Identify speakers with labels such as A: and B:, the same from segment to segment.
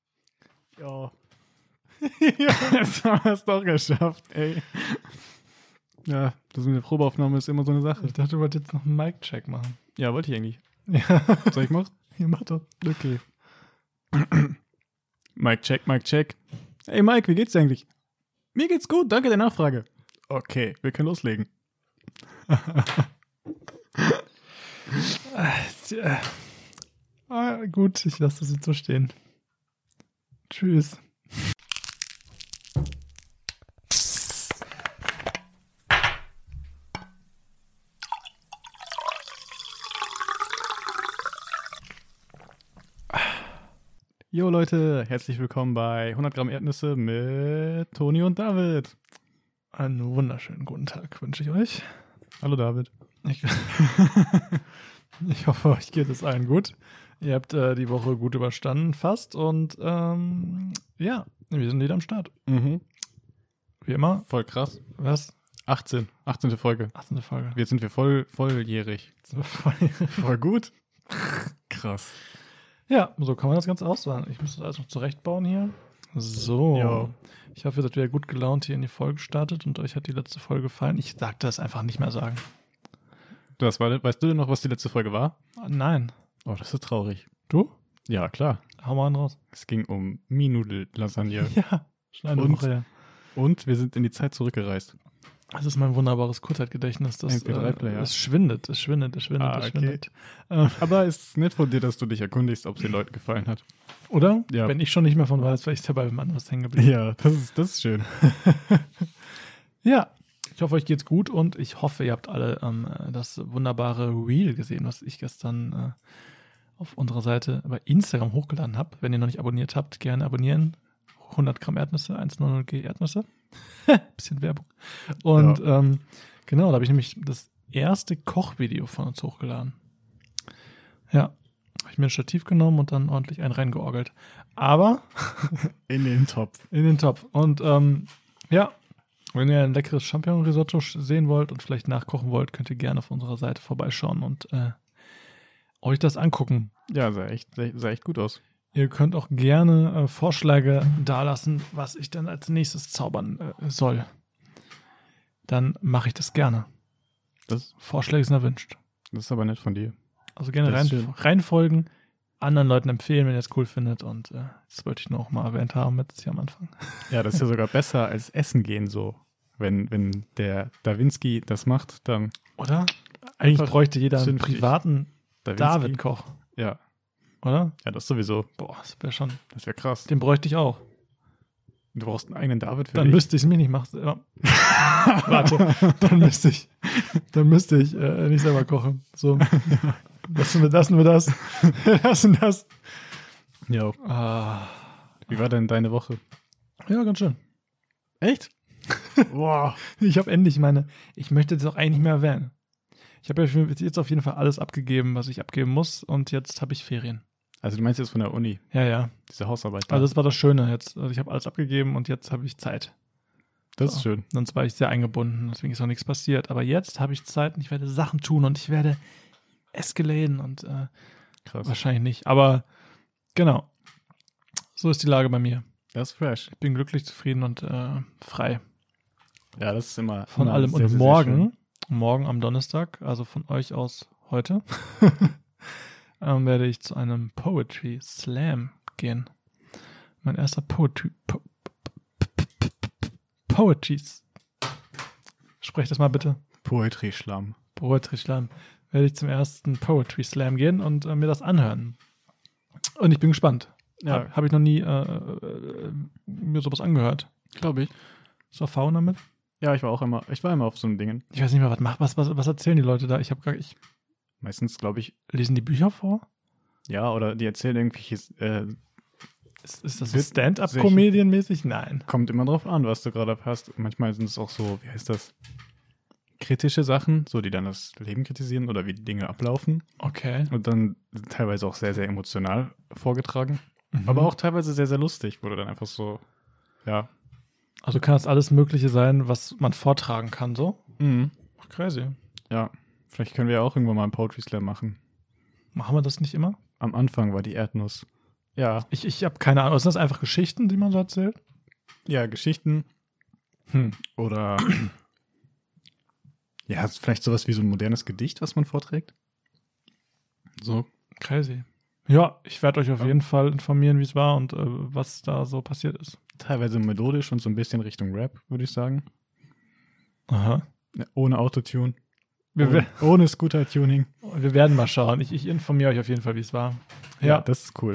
A: Ja. Jetzt haben wir es doch geschafft, ey.
B: Ja,
A: Das mit der Probeaufnahme ist immer so eine Sache.
B: ich dachte, du wolltest jetzt noch einen Mic-Check machen.
A: Ja, wollte ich eigentlich.
B: Ja,
A: Soll ich machen?
B: ihr macht doch.
A: Okay. Mike check, Mike check. Hey Mike, wie geht's dir eigentlich? Mir geht's gut, danke der Nachfrage. Okay, wir können loslegen.
B: Ah, Tja. Ah, gut, ich lasse das jetzt so stehen. Tschüss.
A: Jo Leute, herzlich willkommen bei 100 Gramm Erdnüsse mit Toni und David.
B: Einen wunderschönen guten Tag wünsche ich euch.
A: Hallo David.
B: Ich, ich hoffe, euch geht es allen gut. Ihr habt äh, die Woche gut überstanden, fast. Und ähm, ja, wir sind wieder am Start.
A: Mhm.
B: Wie immer.
A: Voll krass.
B: Was?
A: 18, 18. Folge.
B: Ach, so eine Folge.
A: Jetzt sind wir voll volljährig. Voll gut. Krass.
B: Ja, so kann man das Ganze aussagen. Ich muss das alles noch zurechtbauen hier. So.
A: Jo.
B: Ich hoffe, ihr seid wieder gut gelaunt hier in die Folge gestartet und euch hat die letzte Folge gefallen. Ich sag das einfach nicht mehr sagen.
A: Das war, weißt du denn noch, was die letzte Folge war?
B: Ah, Nein.
A: Oh, das ist traurig.
B: Du?
A: Ja, klar.
B: Hau mal einen raus.
A: Es ging um Minudel-Lasagne.
B: Ja. Schon eine
A: Und?
B: Woche her.
A: Und wir sind in die Zeit zurückgereist.
B: Das ist mein wunderbares Kurzzeitgedächtnis. Das, äh,
A: MP3-Player.
B: es schwindet, es schwindet, es schwindet,
A: Ah,
B: es
A: okay.
B: schwindet.
A: Aber es ist nett von dir, dass du dich erkundigst, ob es den Leuten gefallen hat.
B: Oder?
A: Ja.
B: Wenn ich schon nicht mehr von weiß, weil ich dabei beim anderen was hängen geblieben.
A: Ja, das ist, das ist schön.
B: Ja. Ich hoffe, euch geht's gut und ich hoffe, ihr habt alle ähm, äh, das wunderbare Reel gesehen, was ich gestern äh, auf unserer Seite bei Instagram hochgeladen habe. Wenn ihr noch nicht abonniert habt, gerne abonnieren. 100 Gramm Erdnüsse, 1,00g Erdnüsse. Bisschen Werbung. Und ähm, genau, da habe ich nämlich das erste Kochvideo von uns hochgeladen. Ja, habe ich mir ein Stativ genommen und dann ordentlich einen reingeorgelt. Aber
A: In den Topf.
B: in den Topf. Und ähm, ja, wenn ihr ein leckeres Champignon-Risotto sch- sehen wollt und vielleicht nachkochen wollt, könnt ihr gerne auf unserer Seite vorbeischauen und äh, euch das angucken.
A: Ja, sah echt, sah echt gut aus.
B: Ihr könnt auch gerne äh, Vorschläge dalassen, was ich dann als nächstes zaubern äh, soll. Dann mache ich das gerne.
A: Das,
B: Vorschläge sind erwünscht.
A: das ist aber nett von dir.
B: Also gerne
A: Das
B: rein,
A: ist schön.
B: reinfolgen, anderen Leuten empfehlen, wenn ihr es cool findet. Und äh, das wollte ich nur auch mal erwähnt haben, jetzt hier am Anfang.
A: Ja, das ist ja sogar besser als Essen gehen so. Wenn, wenn der Dawinski das macht, dann
B: Oder? Eigentlich
A: Einfach
B: bräuchte jeder einen
A: zünftig.
B: privaten
A: Davinsky.
B: David Koch,
A: Ja,
B: oder?
A: ja, das sowieso.
B: Boah, das wäre schon.
A: Das wäre krass.
B: Den bräuchte ich auch.
A: Du brauchst einen eigenen David für
B: Dann
A: dich.
B: müsste ich es mir nicht machen. selber. Warte, dann müsste ich, dann müsste ich äh, nicht selber kochen. So, lassen wir, lassen wir das, lassen das.
A: Ja.
B: Ah,
A: Wie war denn deine Woche?
B: ja, ganz schön.
A: Echt? Boah.
B: Ich habe endlich meine. Ich möchte das auch eigentlich nicht mehr erwähnen. Ich habe ja jetzt auf jeden Fall alles abgegeben, was ich abgeben muss, und jetzt habe ich Ferien.
A: Also du meinst jetzt von der Uni,
B: Ja, ja.
A: diese Hausarbeit. ne? da.
B: Also das war das Schöne jetzt. Also ich habe alles abgegeben und jetzt habe ich Zeit.
A: das ist schön.
B: Sonst war ich sehr eingebunden, deswegen ist noch nichts passiert. Aber jetzt habe ich Zeit und ich werde Sachen tun und ich werde eskalaten und äh,
A: Krass.
B: wahrscheinlich nicht. Aber genau, so ist die Lage bei mir.
A: Das ist fresh.
B: Ich bin glücklich, zufrieden und äh, frei
A: Ja, das ist immer
B: von
A: immer
B: allem.
A: sehr,
B: Und
A: sehr, sehr schön.
B: morgen, morgen am Donnerstag, also von euch aus heute, ähm, werde ich zu einem Poetry Slam gehen. Mein erster Poetry. Po, po- po- po- po- Poetries. Sprech das mal bitte.
A: Poetry Schlamm.
B: Poetry Slam werde ich zum ersten Poetry Slam gehen und äh, mir das anhören. Und ich bin gespannt.
A: Ja.
B: Habe hab ich noch nie äh, äh, äh, mir sowas angehört.
A: Glaube ich.
B: Ist Erfahrung damit?
A: Ja, ich war auch immer, ich war immer auf so einem Dingen.
B: Ich weiß nicht mehr, was macht, was, was, was erzählen die Leute da? Ich habe gar ich
A: Meistens, glaube ich,
B: lesen die Bücher vor?
A: ja, oder die erzählen irgendwelches, äh,
B: Ist, ist das so
A: Wird-
B: Stand-up-Comedian-mäßig? Nein.
A: kommt immer drauf an, was du gerade hast. Manchmal sind es auch so, wie heißt das, kritische Sachen, so die dann das Leben kritisieren oder wie die Dinge ablaufen.
B: Okay.
A: Und dann teilweise auch sehr, sehr emotional vorgetragen.
B: Mhm.
A: Aber auch teilweise sehr, sehr lustig, wo du dann einfach so, ja.
B: Also kann das alles Mögliche sein, was man vortragen kann, so?
A: Mhm.
B: Ach, crazy.
A: Ja, vielleicht können wir ja auch irgendwann mal einen Poetry Slam machen.
B: Machen wir das nicht immer?
A: Am Anfang war die Erdnuss. Ja,
B: Ich, ich habe keine Ahnung. Sind das einfach Geschichten, die man so erzählt?
A: ja, Geschichten
B: Hm.
A: oder ja, vielleicht sowas wie so ein modernes Gedicht, was man vorträgt. So,
B: Crazy. Ja, ich werde euch auf
A: Ja.
B: jeden Fall informieren, wie es war und äh, was da so passiert ist.
A: teilweise melodisch und so ein bisschen Richtung Rap, würde ich sagen.
B: Aha.
A: Ja, ohne Autotune,
B: Wir,
A: ohne, ohne Scooter-Tuning.
B: wer- wir werden mal schauen. Ich, ich informiere euch auf jeden Fall, wie es war. Ja,
A: das ist cool.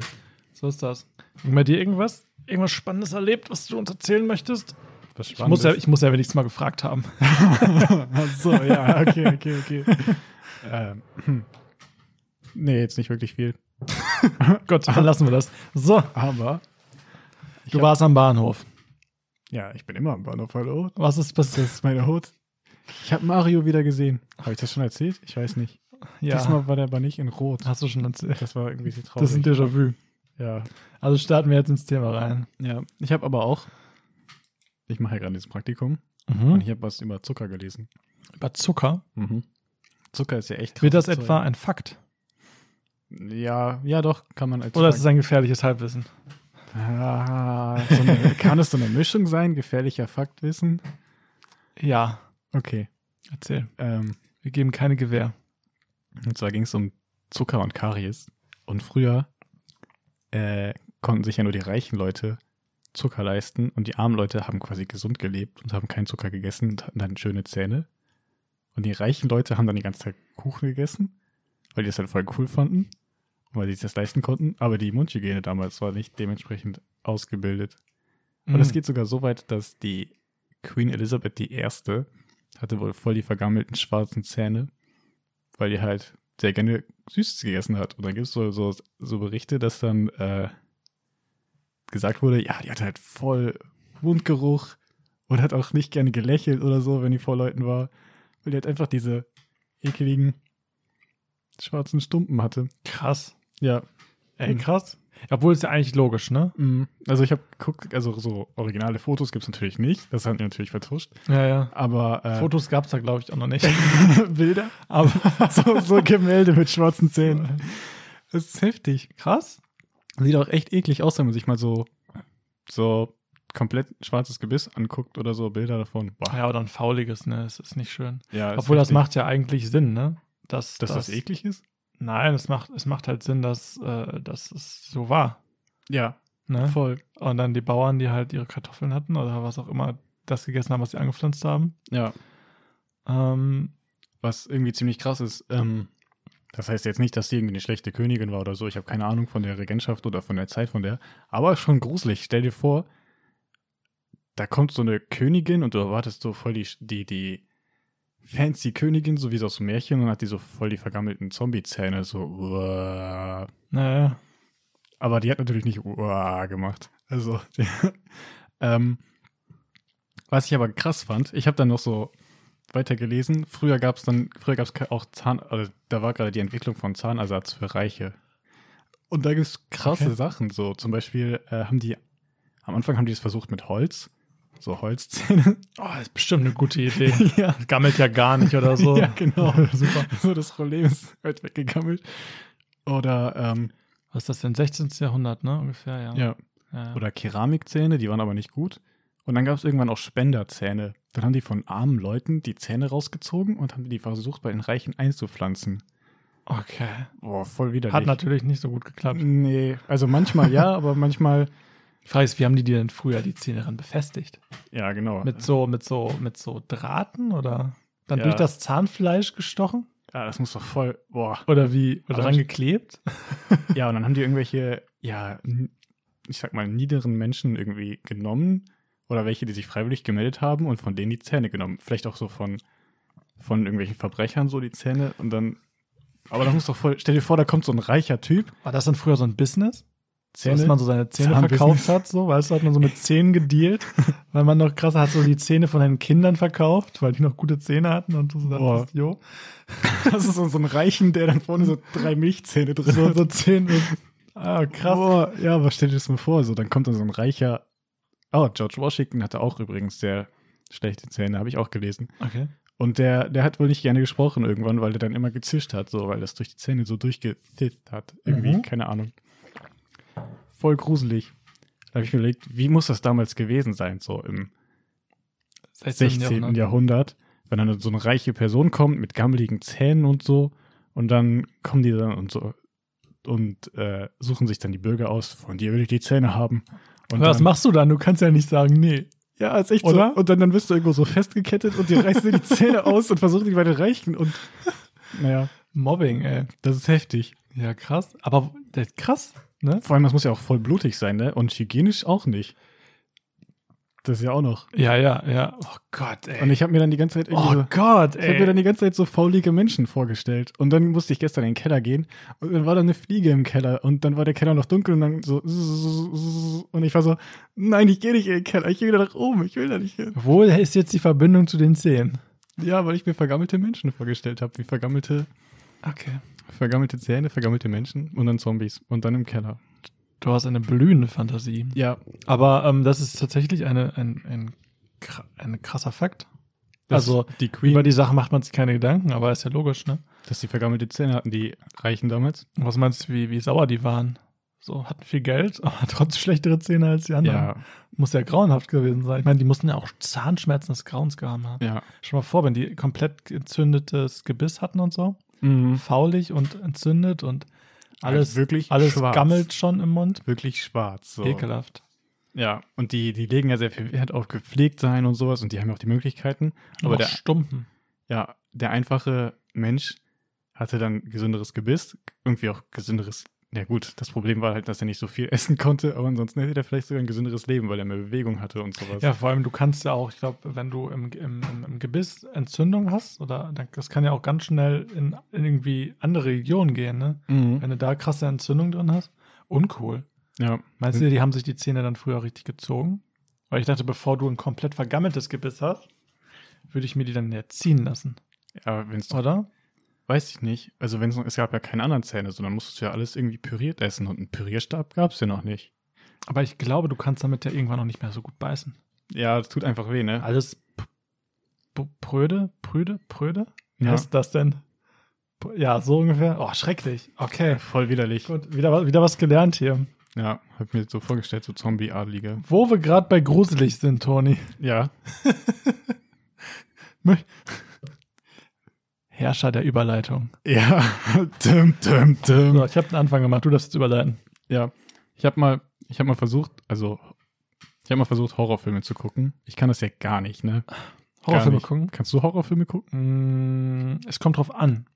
B: so ist das. Haben bei dir irgendwas? Irgendwas Spannendes erlebt, was du uns erzählen möchtest?
A: Was
B: Ich muss, ja, ich muss ja wenigstens mal gefragt haben.
A: Ach so, ja, okay, okay, okay. ähm, nee, jetzt nicht wirklich viel.
B: Gott, dann Ah, lassen wir das. So,
A: Aber Ich
B: du
A: hab-
B: warst am Bahnhof.
A: ja, ich bin immer am Bahnhof, hallo.
B: Was ist passiert?
A: Das ist meine Hut. Ich habe Mario wieder gesehen. Habe ich das schon erzählt? Ich weiß nicht.
B: Ja,
A: Diesmal war der aber nicht in Rot.
B: hast du schon erzählt.
A: Das war irgendwie so traurig.
B: Das ist ein Déjà-vu.
A: ja.
B: Also starten wir jetzt ins Thema rein.
A: ja, ich habe aber auch. Hm? Ich mache ja gerade dieses Praktikum und
B: Mhm.
A: ich habe was über Zucker gelesen. Mhm.
B: Über Zucker.
A: Zucker ist ja echt krass.
B: Wird das etwa ein Fakt?
A: Ja, ja, doch, kann man als.
B: Oder ist es ein gefährliches Halbwissen?
A: Ah, so eine, kann es so eine Mischung sein? Gefährlicher Faktwissen?
B: Ja,
A: Okay.
B: erzähl.
A: Ähm,
B: Wir geben keine Gewähr.
A: und zwar ging es um Zucker und Karies. Und früher äh, konnten sich ja nur die reichen Leute Zucker leisten und die armen Leute haben quasi gesund gelebt und haben keinen Zucker gegessen und hatten dann schöne Zähne. Und die reichen Leute haben dann die ganze Zeit Kuchen gegessen, weil die das halt voll cool fanden und weil sie sich das leisten konnten. Aber die Mundhygiene damals war nicht dementsprechend ausgebildet. Und
B: Hm.
A: es geht sogar so weit, dass die Queen Elizabeth I. hatte wohl voll die vergammelten schwarzen Zähne, weil die halt sehr gerne Süßes gegessen hat. Und dann gibt es so, so, so Berichte, dass dann äh, gesagt wurde, ja, die hatte halt voll Mundgeruch und hat auch nicht gerne gelächelt oder so, wenn die vor Leuten war. Weil die halt einfach diese ekeligen schwarzen Stumpen hatte.
B: krass.
A: Ja,
B: Ey,
A: Mhm.
B: krass. Obwohl es ja eigentlich logisch, ne?
A: mm. also ich habe geguckt, also so originale Fotos gibt es natürlich nicht. Das haben die natürlich vertuscht.
B: Ja, ja.
A: Aber äh,
B: Fotos gab es da, glaube ich, auch noch nicht.
A: Bilder?
B: Aber
A: So, so Gemälde mit schwarzen Zähnen. Das ist heftig.
B: krass.
A: Sieht auch echt eklig aus, wenn man sich mal so, so komplett schwarzes Gebiss anguckt oder so Bilder davon. Boah.
B: Ja, oder ein fauliges, ne? Es ist nicht schön.
A: Ja, ist
B: Obwohl das
A: heftig.
B: macht ja eigentlich Sinn, ne? Dass,
A: Dass das, eklig ist? eh
B: Nein, es macht, es macht halt Sinn, dass, äh, dass es so war.
A: Ja,
B: Ne?
A: voll.
B: Und dann die Bauern, die halt ihre Kartoffeln hatten oder was auch immer, das gegessen haben, was sie angepflanzt haben.
A: Ja.
B: Ähm,
A: Was irgendwie ziemlich krass ist. Ähm, das heißt jetzt nicht, dass sie irgendwie eine schlechte Königin war oder so. Ich habe keine Ahnung von der Regentschaft oder von der Zeit von der. Aber schon gruselig. Stell dir vor, da kommt so eine Königin und du erwartest so voll die, die, die fancy Königin, so wie so aus dem Märchen, und hat die so voll die vergammelten Zombie-Zähne. So, uah.
B: naja.
A: Aber die hat natürlich nicht uah gemacht. Also, die, ähm, was ich aber krass fand, ich habe dann noch so weitergelesen. Früher gab es dann, früher gab es auch Zahn, also da war gerade die Entwicklung von Zahnersatz für Reiche. Und da gibt es krasse
B: Okay.
A: Sachen. So zum Beispiel äh, haben die, am Anfang haben die es versucht mit Holz, so Holzzähne.
B: Oh, ist bestimmt eine gute Idee.
A: ja,
B: Gammelt ja gar nicht oder so.
A: ja, genau.
B: Super.
A: So das Problem ist halt weggegammelt. Oder ähm,
B: Was ist das denn? 16. Jahrhundert, ne? Ungefähr, ja.
A: ja,
B: ja.
A: oder Keramikzähne, die waren aber nicht gut. Und dann gab es irgendwann auch Spenderzähne. Dann haben die von armen Leuten die Zähne rausgezogen und haben die versucht, bei den Reichen einzupflanzen.
B: okay.
A: Boah, voll widerlich.
B: Hat natürlich nicht so gut geklappt.
A: Nee, also manchmal ja, aber manchmal.
B: Die Frage ist, wie haben die die denn früher die Zähne ran befestigt?
A: Ja, genau.
B: Mit so, mit so, mit so Drahten oder dann
A: Ja.
B: durch das Zahnfleisch gestochen?
A: ja, das muss doch voll. Boah.
B: Oder wie?
A: Aber
B: Oder dran
A: Also ich-
B: geklebt?
A: Ja, und dann haben die irgendwelche, ja, n- ich sag mal, niederen Menschen irgendwie genommen oder welche, die sich freiwillig gemeldet haben und von denen die Zähne genommen. Vielleicht auch so von, von irgendwelchen Verbrechern so die Zähne und dann. Aber da muss doch voll. Stell dir vor, da kommt so ein reicher Typ,
B: War das dann früher so ein Business? So,
A: Zähne.
B: Dass man so seine Zähne
A: Zahnbusiness.
B: verkauft hat, so, weißt du, hat man so mit Zähnen gedealt, weil man noch krasser hat so die Zähne von den Kindern verkauft, weil die noch gute Zähne hatten und du so
A: Boah.
B: dachtest, jo.
A: das ist so, so ein Reichen, der dann vorne so drei Milchzähne drin
B: So,
A: hat.
B: so Zähne. Ah, krass.
A: Boah, ja, aber stell dir das mal vor, so, dann kommt dann so ein reicher. Oh, George Washington hatte auch übrigens sehr schlechte Zähne, habe ich auch gelesen.
B: Okay.
A: Und der, der hat wohl nicht gerne gesprochen irgendwann, weil der dann immer gezischt hat, so, weil das durch die Zähne so durchgezischt hat. Irgendwie,
B: Mhm.
A: keine Ahnung. voll gruselig. Da habe ich mir überlegt, wie muss das damals gewesen sein, so im 16. Jahrhundert. wenn dann so eine reiche Person kommt mit gammeligen Zähnen und so, und dann kommen die dann und so und äh, suchen sich dann die Bürger aus, von dir will ich die Zähne haben. Und
B: Was
A: dann,
B: machst du dann? Du kannst ja nicht sagen, nee.
A: ja, ist echt
B: Oder?
A: so. Und dann, dann wirst du irgendwo so festgekettet und dir reißen dir die Zähne aus und versuchen dich bei den Reichen. Und naja,
B: Mobbing, ey.
A: das ist heftig.
B: Ja, krass. Aber das ist krass, ne?
A: Vor allem, das muss ja auch voll blutig sein, ne? Und hygienisch auch nicht. Das ist ja auch noch.
B: Ja, ja, ja. Oh Gott, ey.
A: Und ich habe mir dann die ganze Zeit irgendwie
B: oh
A: so,
B: Gott,
A: ich habe mir dann die
B: ey.
A: ganze Zeit so faulige Menschen vorgestellt. Und dann musste ich gestern in den Keller gehen und dann war da eine Fliege im Keller und dann war der Keller noch dunkel und dann so und ich war so, nein, ich gehe nicht in den Keller, ich gehe wieder nach oben, ich will da nicht hin.
B: Wo ist jetzt die Verbindung zu den Zähnen?
A: Ja, weil ich mir vergammelte Menschen vorgestellt habe, wie vergammelte,
B: Okay.
A: vergammelte Zähne, vergammelte Menschen und dann Zombies und dann im Keller.
B: Du hast eine blühende Fantasie.
A: Ja,
B: Aber ähm, das ist tatsächlich eine, ein, ein, kr- ein krasser Fakt.
A: das
B: also,
A: die Queen,
B: über die Sache macht man sich keine Gedanken, aber ist ja logisch, ne?
A: dass die vergammelte Zähne hatten, die Reichen damals.
B: Und Was meinst du, wie, wie sauer die waren? So, hatten viel Geld, aber trotzdem schlechtere Zähne als die anderen. Muss ja grauenhaft gewesen sein. Ich meine, die mussten ja auch Zahnschmerzen des Grauens gehabt haben.
A: ja.
B: Schon mal vor, wenn die komplett entzündetes Gebiss hatten und so,
A: Mhm.
B: faulig und entzündet und alles,
A: Also wirklich
B: alles
A: schwarz.
B: gammelt schon im Mund.
A: Wirklich schwarz. So.
B: Ekelhaft.
A: Ja, und die, die legen ja sehr viel Wert auf gepflegt sein und sowas und die haben ja auch die Möglichkeiten. Aber
B: Auch
A: der,
B: Stumpen.
A: ja, der einfache Mensch hatte dann gesünderes Gebiss, irgendwie auch gesünderes. Ja, gut, das Problem war halt, dass er nicht so viel essen konnte, aber ansonsten hätte er vielleicht sogar ein gesünderes Leben, weil er mehr Bewegung hatte und sowas.
B: Ja, vor allem, du kannst ja auch, ich glaube, wenn du im, im, im, im Gebiss Entzündung hast, oder dann- das kann ja auch ganz schnell in, in irgendwie andere Regionen gehen, ne?
A: Mhm.
B: Wenn du da krasse Entzündung drin hast, uncool.
A: ja.
B: Meinst du, die haben sich die Zähne dann früher richtig gezogen? Weil ich dachte, bevor du ein komplett vergammeltes Gebiss hast, würde ich mir die dann ja ziehen lassen,
A: Aber wenn es doch,
B: oder?
A: weiß ich nicht. Also wenn es es gab ja keine anderen Zähne, sondern musstest du ja alles irgendwie püriert essen und einen Pürierstab gab es ja noch nicht.
B: Aber ich glaube, du kannst damit ja irgendwann noch nicht mehr so gut beißen.
A: Ja, das tut einfach weh, ne?
B: Alles p- p- pröde, prüde, pröde? Wie
A: Ja.
B: heißt das denn? P- Ja, so ungefähr. Oh, schrecklich. Okay.
A: Voll widerlich.
B: Gut, wieder, wa- wieder was gelernt hier.
A: Ja, hab mir so vorgestellt, so Zombie-Adelige.
B: Wo wir gerade bei gruselig sind, Toni.
A: Ja,
B: Herrscher der Überleitung.
A: Ja, tim, tim, tim.
B: So, ich habe den Anfang gemacht. Du darfst jetzt überleiten.
A: Ja, ich habe mal, ich habe mal versucht, also ich habe mal versucht Horrorfilme zu gucken. Ich kann das ja gar nicht, ne?
B: Horrorfilme
A: nicht.
B: gucken.
A: Kannst du Horrorfilme gucken?
B: Mm, es kommt drauf an.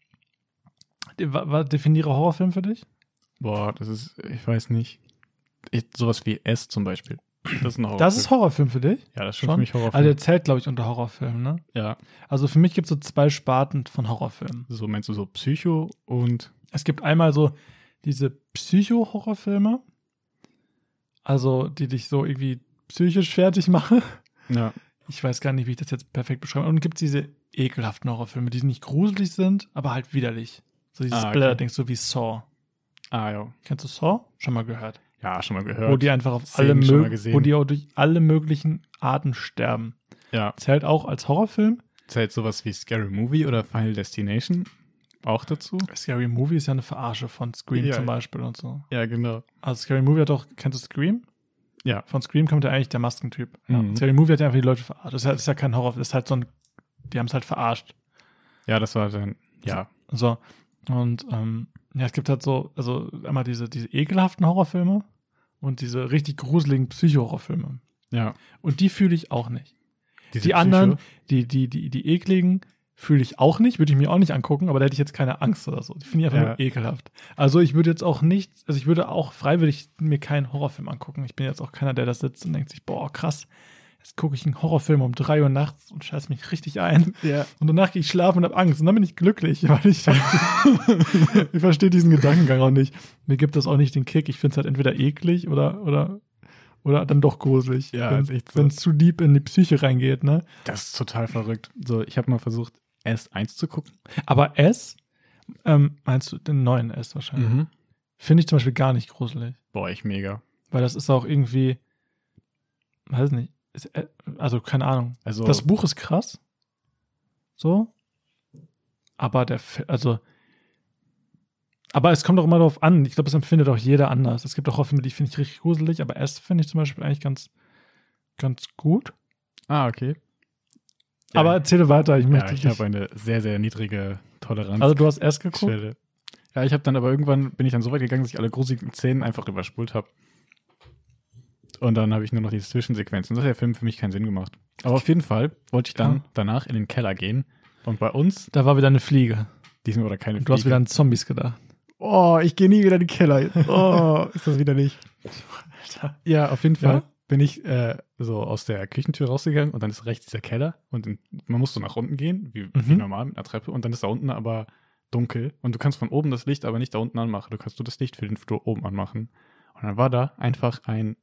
B: De- wa- wa- Definiere Horrorfilm für dich?
A: Boah, das ist, ich weiß nicht. Ich, sowas wie S zum Beispiel. Das ist ein Horrorfilm.
B: Das ist Horrorfilm für dich?
A: ja, das ist schon
B: schon?
A: für mich Horrorfilm.
B: Also der zählt, glaube ich, unter Horrorfilm, ne?
A: ja,
B: Also für mich gibt es so zwei Sparten von Horrorfilmen.
A: so meinst du so Psycho und
B: Es gibt einmal so diese Psycho-Horrorfilme, also die dich so irgendwie psychisch fertig machen.
A: ja,
B: Ich weiß gar nicht, wie ich das jetzt perfekt beschreibe. Und gibt es diese ekelhaften Horrorfilme, die nicht gruselig sind, aber halt widerlich. So dieses
A: Ah, okay.
B: Blätterding, so wie Saw.
A: ah ja,
B: Kennst du Saw? Schon mal gehört.
A: ja schon mal
B: Wo
A: gehört.
B: die einfach auf alle,
A: Szenen schon mal
B: mög-
A: gesehen.
B: wo die auch durch alle möglichen Arten sterben.
A: ja,
B: Zählt auch als Horrorfilm.
A: zählt sowas wie Scary Movie oder Final Destination auch dazu?
B: Scary Movie ist ja eine Verarsche von Scream
A: Ja.
B: zum Beispiel und so.
A: Ja, genau.
B: Also Scary Movie hat doch, kennst du Scream?
A: Ja.
B: Von Scream kommt ja eigentlich der Maskentyp. Ja.
A: Mhm.
B: Scary Movie hat ja einfach die Leute verarscht. Das ist ja, das ist ja kein Horror, das ist halt so ein, die haben es halt verarscht.
A: Ja, das war dann ja,
B: So. Und ähm, ja, es gibt halt so, also einmal diese, diese ekelhaften Horrorfilme und diese richtig gruseligen Psycho-Horrorfilme.
A: ja.
B: Und die fühle ich auch nicht.
A: Diese
B: die
A: Psycho-
B: anderen, die, die, die, die ekligen, fühle ich auch nicht, würde ich mir auch nicht angucken, aber da hätte ich jetzt keine Angst oder so. Die finde ich einfach
A: Ja.
B: nur ekelhaft. Also ich würde jetzt auch nicht, also ich würde auch freiwillig mir keinen Horrorfilm angucken. Ich bin jetzt auch keiner, der da sitzt und denkt sich, boah, krass, jetzt gucke ich einen Horrorfilm um drei Uhr nachts und scheiß mich richtig ein.
A: Ja.
B: Und danach gehe ich schlafen und habe Angst. Und dann bin ich glücklich, weil ich, ich verstehe diesen Gedankengang auch nicht. Mir gibt das auch nicht den Kick. Ich finde es halt entweder eklig oder, oder, oder dann doch gruselig.
A: Ja,
B: wenn
A: ist echt so.
B: es zu deep in die Psyche reingeht, ne?
A: Das ist total verrückt. So, ich habe mal versucht, S1 zu gucken.
B: Aber S, ähm, meinst du den neuen S wahrscheinlich?
A: Mhm.
B: Finde ich zum Beispiel gar nicht gruselig.
A: Boah, ich mega.
B: Weil das ist auch irgendwie, weiß nicht, ist, äh, also keine Ahnung.
A: Also,
B: Das Buch ist krass. So. Aber der, Fi- also, Aber es kommt auch immer darauf an. Ich glaube, das empfindet auch jeder anders. Es gibt auch Horrorfilme, die finde ich richtig gruselig, aber S finde ich zum Beispiel eigentlich ganz, ganz gut.
A: Ah, okay.
B: Aber erzähle weiter. Ich
A: ja,
B: möchte
A: ich
B: dich.
A: habe eine sehr, sehr niedrige Toleranz.
B: Also du hast S geguckt.
A: Stelle. Ja, ich habe dann aber irgendwann bin ich dann so weit gegangen, dass ich alle gruseligen Szenen einfach überspult habe. Und dann habe ich nur noch diese Zwischensequenzen. Das hat der Film für mich keinen Sinn gemacht. Aber auf jeden Fall wollte ich dann
B: Ja.
A: danach in den Keller gehen. Und bei uns,
B: Da war wieder eine Fliege.
A: diesmal oder keine
B: Und du hast
A: Fliege.
B: wieder an Zombies gedacht.
A: Oh, ich gehe nie wieder in den Keller. Oh, ist das widerlich.
B: Alter.
A: Ja, auf jeden Fall
B: Ja?
A: bin ich äh, so aus der Küchentür rausgegangen und dann ist rechts dieser Keller und in, man muss so nach unten gehen, wie, wie
B: Mhm.
A: normal mit einer Treppe und dann ist da unten aber dunkel und du kannst von oben das Licht aber nicht da unten anmachen. Du kannst nur das Licht für den Flur oben anmachen. Und dann war da einfach ein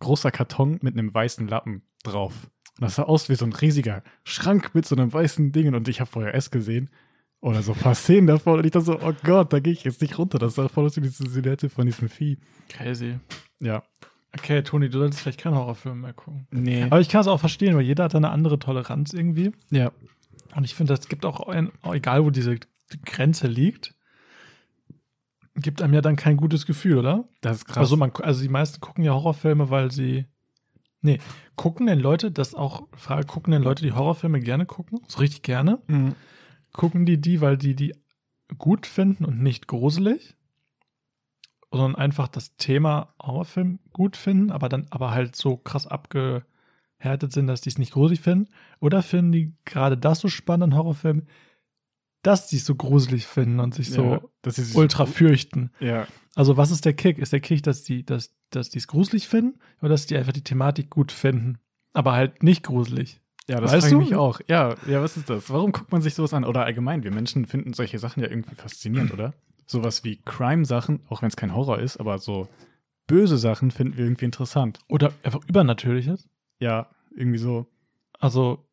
A: großer Karton mit einem weißen Lappen drauf. Und das sah aus wie so ein riesiger Schrank mit so einem weißen Ding und ich habe vorher S gesehen. Oder so ein paar Szenen davon und ich dachte so, oh Gott, da gehe ich jetzt nicht runter. Das sah voll aus wie diese Silhouette von diesem Vieh.
B: Crazy.
A: Ja.
B: Okay, Toni, du solltest vielleicht keine Horrorfilme mehr gucken.
A: Nee.
B: Aber ich kann es auch verstehen, weil jeder hat da eine andere Toleranz irgendwie.
A: Ja,
B: Und ich finde, es gibt auch, ein, auch egal wo diese Grenze liegt, gibt einem ja dann kein gutes Gefühl, oder?
A: das ist krass.
B: Also, man, also die meisten gucken ja Horrorfilme, weil sie. Nee, gucken denn Leute, das auch Frage, gucken denn Leute, die Horrorfilme gerne gucken, so richtig gerne?
A: Mhm.
B: Gucken die die, weil die die gut finden und nicht gruselig? Sondern einfach das Thema Horrorfilm gut finden, aber dann aber halt so krass abgehärtet sind, dass die es nicht gruselig finden? Oder finden die gerade das so spannend an Horrorfilmen, dass die es so gruselig finden und sich
A: ja,
B: so
A: das ist
B: ultra fürchten?
A: Ja,
B: Also, was ist der Kick? Ist der Kick, dass die dass, dass die es gruselig finden oder dass die einfach die Thematik gut finden? Aber halt nicht gruselig.
A: ja das
B: Weißt
A: frage ich mich
B: du?
A: auch. Ja, ja, was ist das? Warum guckt man sich sowas an? Oder allgemein, wir Menschen finden solche Sachen ja irgendwie faszinierend, oder? Sowas wie Crime-Sachen, auch wenn es kein Horror ist, aber so böse Sachen finden wir irgendwie interessant.
B: Oder einfach Übernatürliches.
A: Ja, irgendwie so.
B: Also,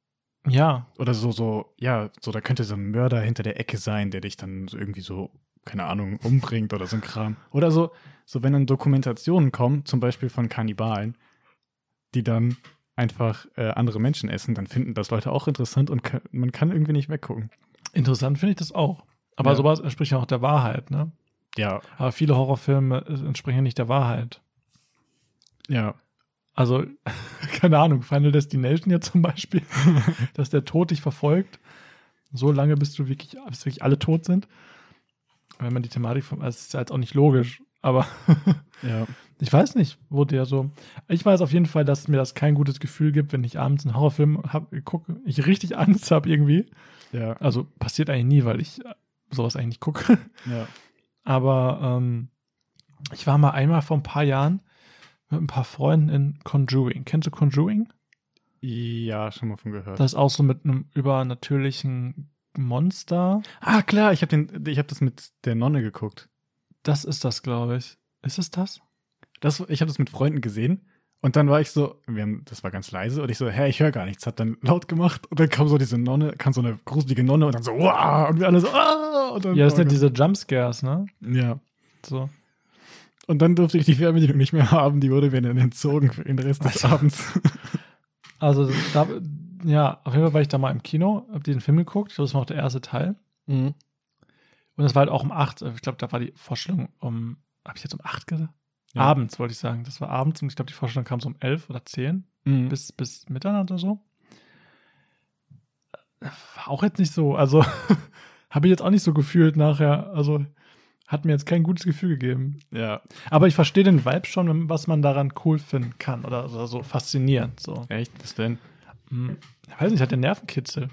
B: ja.
A: Oder so, so, ja, so, da könnte so ein Mörder hinter der Ecke sein, der dich dann so irgendwie so, keine Ahnung, umbringt oder so ein Kram. Oder so, so, wenn dann Dokumentationen kommen, zum Beispiel von Kannibalen, die dann einfach äh, andere Menschen essen, dann finden das Leute auch interessant und ka- man kann irgendwie nicht weggucken.
B: Interessant finde ich das auch. Aber
A: Ja.
B: sowas entspricht ja auch der Wahrheit, ne?
A: Ja,
B: Aber viele Horrorfilme äh, entsprechen ja nicht der Wahrheit.
A: ja.
B: Also, keine Ahnung, Final Destination ja zum Beispiel, dass der Tod dich verfolgt, so lange bis du wirklich, bis wirklich alle tot sind. Wenn man die Thematik vom, es ist ja jetzt auch nicht logisch, aber
A: Ja,
B: Ich weiß nicht, wo der so. Ich weiß auf jeden Fall, dass mir das kein gutes Gefühl gibt, wenn ich abends einen Horrorfilm hab, gucke, ich richtig Angst habe irgendwie.
A: ja,
B: Also passiert eigentlich nie, weil ich äh, sowas eigentlich nicht gucke.
A: ja.
B: Aber ähm, ich war mal einmal vor ein paar Jahren mit ein paar Freunden in Conjuring. Kennst du Conjuring?
A: Ja, schon mal von gehört.
B: Das ist auch so mit einem übernatürlichen Monster.
A: ah, klar, ich habe den, ich habe das mit der Nonne geguckt.
B: Das ist das, glaube ich. Ist es das?
A: Das, ich habe das mit Freunden gesehen und dann war ich so, wir haben, das war ganz leise und ich so, hä, ich höre gar nichts, hab dann laut gemacht und dann kam so diese Nonne, kam so eine gruselige Nonne und dann so, wow, und wir alle so, ah, und dann,
B: Ja, das sind ja diese Jumpscares, ne?
A: ja.
B: So.
A: Und dann durfte ich die Fernbedienung nicht mehr haben, die wurde mir dann entzogen für den Rest des Abends.
B: Also, da, ja, auf jeden Fall war ich da mal im Kino, hab den Film geguckt. Ich glaube, das war auch der erste Teil. Mhm. Und das war halt auch um 8. Ich glaube, da war die Vorstellung um, habe ich jetzt um 8 gesagt?
A: Ja.
B: Abends, wollte ich sagen. Das war abends und ich glaube, die Vorstellung kam so um 11 oder 10
A: Mhm.
B: bis, bis Mitternacht oder so. War auch jetzt nicht so. Also, habe ich jetzt auch nicht so gefühlt nachher. Also, hat mir jetzt kein gutes Gefühl gegeben.
A: Ja,
B: Aber ich verstehe den Vibe schon, was man daran cool finden kann oder, oder so faszinierend. So.
A: echt, was denn?
B: Hm. Ich weiß nicht, hat der Nervenkitzel.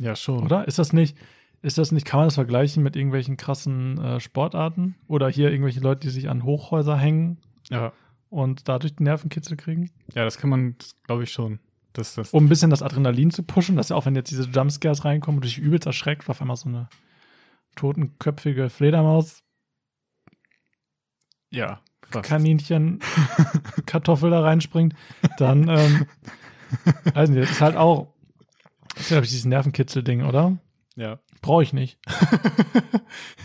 A: Ja, schon.
B: Oder? Ist das nicht, ist das nicht, kann man das vergleichen mit irgendwelchen krassen äh, Sportarten? Oder hier irgendwelche Leute, die sich an Hochhäuser hängen
A: Ja,
B: und dadurch den Nervenkitzel kriegen?
A: ja das kann man, glaube ich schon. Das, das,
B: Um ein bisschen das Adrenalin zu pushen, dass ja auch wenn jetzt diese Jumpscares reinkommen und dich übelst erschreckt, weil auf einmal so eine totenköpfige Fledermaus,
A: ja, fast.
B: Kaninchen, Kartoffel da reinspringt, dann, ähm, weiß nicht, das ist halt auch, das ist, glaube ich, dieses Nervenkitzel-Ding, oder?
A: ja.
B: Brauche ich nicht.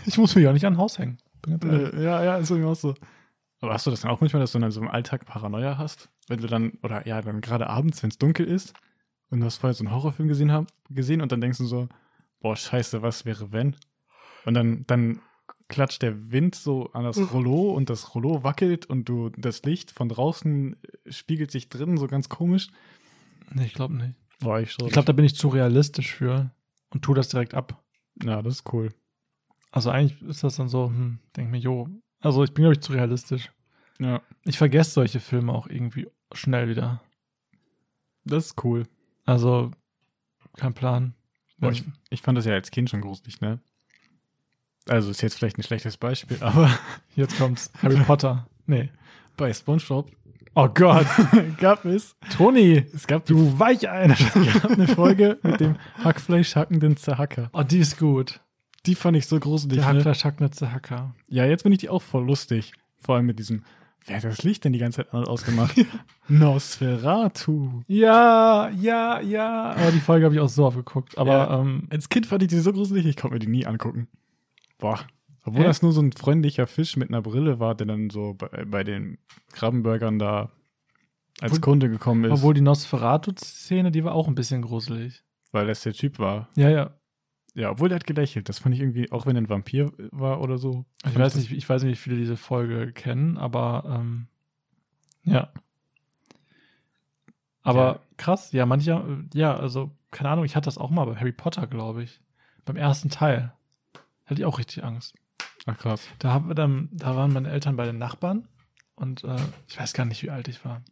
B: ich muss mich auch nicht an ein Haus hängen. Bin ganz ehrlich.
A: Äh, Ja, ja, ist irgendwie auch so. Aber hast du das dann auch manchmal, dass du dann so im Alltag Paranoia hast? Wenn du dann, oder ja, dann gerade abends, wenn es dunkel ist und du hast vorher so einen Horrorfilm gesehen, hab, gesehen und dann denkst du so, boah, scheiße, was wäre wenn? Und dann, dann klatscht der Wind so an das Rollo und das Rollo wackelt und du das Licht von draußen äh, spiegelt sich drinnen so ganz komisch.
B: Nee, ich glaube nicht.
A: War ich schon.
B: Ich glaube, da bin ich zu realistisch für und tu das direkt ab.
A: ja, das ist cool.
B: Also eigentlich ist das dann so, hm, denk mir, jo. Also ich bin, glaube ich, zu realistisch.
A: Ja,
B: Ich vergesse solche Filme auch irgendwie schnell wieder.
A: das ist cool.
B: Also, kein Plan.
A: Boah,
B: Wenn-
A: ich, ich fand das ja als Kind schon gruselig, ne? Also ist jetzt vielleicht ein schlechtes Beispiel, aber
B: Jetzt kommt's. Harry Potter. Nee.
A: bei SpongeBob
B: Oh Gott.
A: gab es,
B: Toni,
A: es gab, die,
B: du Weichein.
A: es gab eine Folge mit dem Hackfleisch-hackenden Zerhacker.
B: Oh, die ist gut.
A: Die fand ich so gruselig,
B: Der
A: ne?
B: Hackler Schacknetze Hacker.
A: Ja, jetzt finde ich die auch voll lustig. Vor allem mit diesem, wer hat das Licht denn die ganze Zeit an- ausgemacht? Nosferatu.
B: Ja, ja, ja. Aber die Folge habe ich auch so aufgeguckt. Aber
A: Ja.
B: ähm,
A: Als Kind fand ich die so gruselig, ich konnte mir die nie angucken. Boah. Obwohl
B: Hä?
A: das nur so ein freundlicher Fisch mit einer Brille war, der dann so bei, bei den Krabbenburgern da als
B: Obwohl-
A: Kunde gekommen ist,
B: obwohl die Nosferatu-Szene, die war auch ein bisschen gruselig.
A: weil das der Typ war.
B: Ja, ja.
A: Ja, obwohl der hat gelächelt. Das fand ich irgendwie, auch wenn er ein Vampir war oder so.
B: Ich weiß nicht, ich weiß nicht, wie viele diese Folge kennen, aber ähm, ja. Aber
A: Ja.
B: krass, ja, mancher, äh, ja, also, keine Ahnung, ich hatte das auch mal bei Harry Potter, glaube ich. Beim ersten Teil. Hatte ich auch richtig Angst.
A: Ach krass.
B: Da, haben wir dann, da waren meine Eltern bei den Nachbarn und äh, ich weiß gar nicht, wie alt ich war.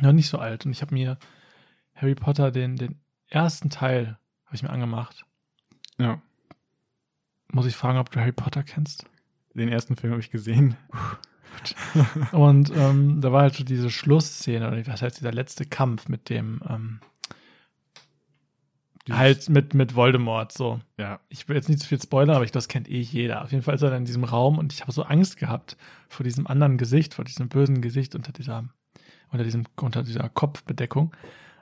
B: Noch nicht so alt. Und ich habe mir Harry Potter, den, den ersten Teil, habe ich mir angemacht.
A: Ja.
B: Muss ich fragen, ob du Harry Potter kennst?
A: Den ersten Film habe ich gesehen.
B: Und ähm, da war halt so diese Schlussszene, oder was heißt dieser letzte Kampf mit dem, ähm,
A: Dieses-
B: halt mit, mit Voldemort, so.
A: Ja.
B: ich will jetzt nicht zu viel spoilern, aber ich, das kennt eh jeder. Auf jeden Fall ist er dann in diesem Raum und ich habe so Angst gehabt vor diesem anderen Gesicht, vor diesem bösen Gesicht unter dieser, unter diesem, unter dieser Kopfbedeckung.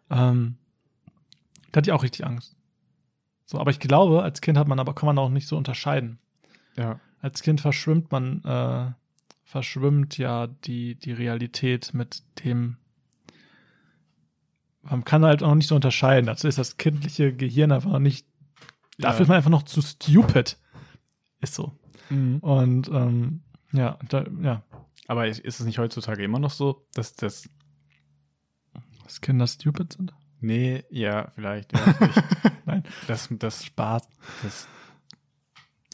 B: Ähm, da hatte ich auch richtig Angst. So, aber ich glaube, als Kind hat man aber, kann man auch nicht so unterscheiden.
A: Ja.
B: Als Kind verschwimmt man, äh, verschwimmt ja die, die Realität mit dem. Man kann halt auch noch nicht so unterscheiden. Also ist das kindliche Gehirn einfach noch nicht Dafür ist
A: ja.
B: man einfach noch zu stupid. Ist so.
A: Mhm.
B: Und ähm, ja, da, ja,
A: Aber ist ist es nicht heutzutage immer noch so, dass das.
B: dass Kinder stupid sind?
A: Nee, ja, vielleicht. Ja, ich,
B: Nein.
A: dass, dass
B: Spaß.
A: dass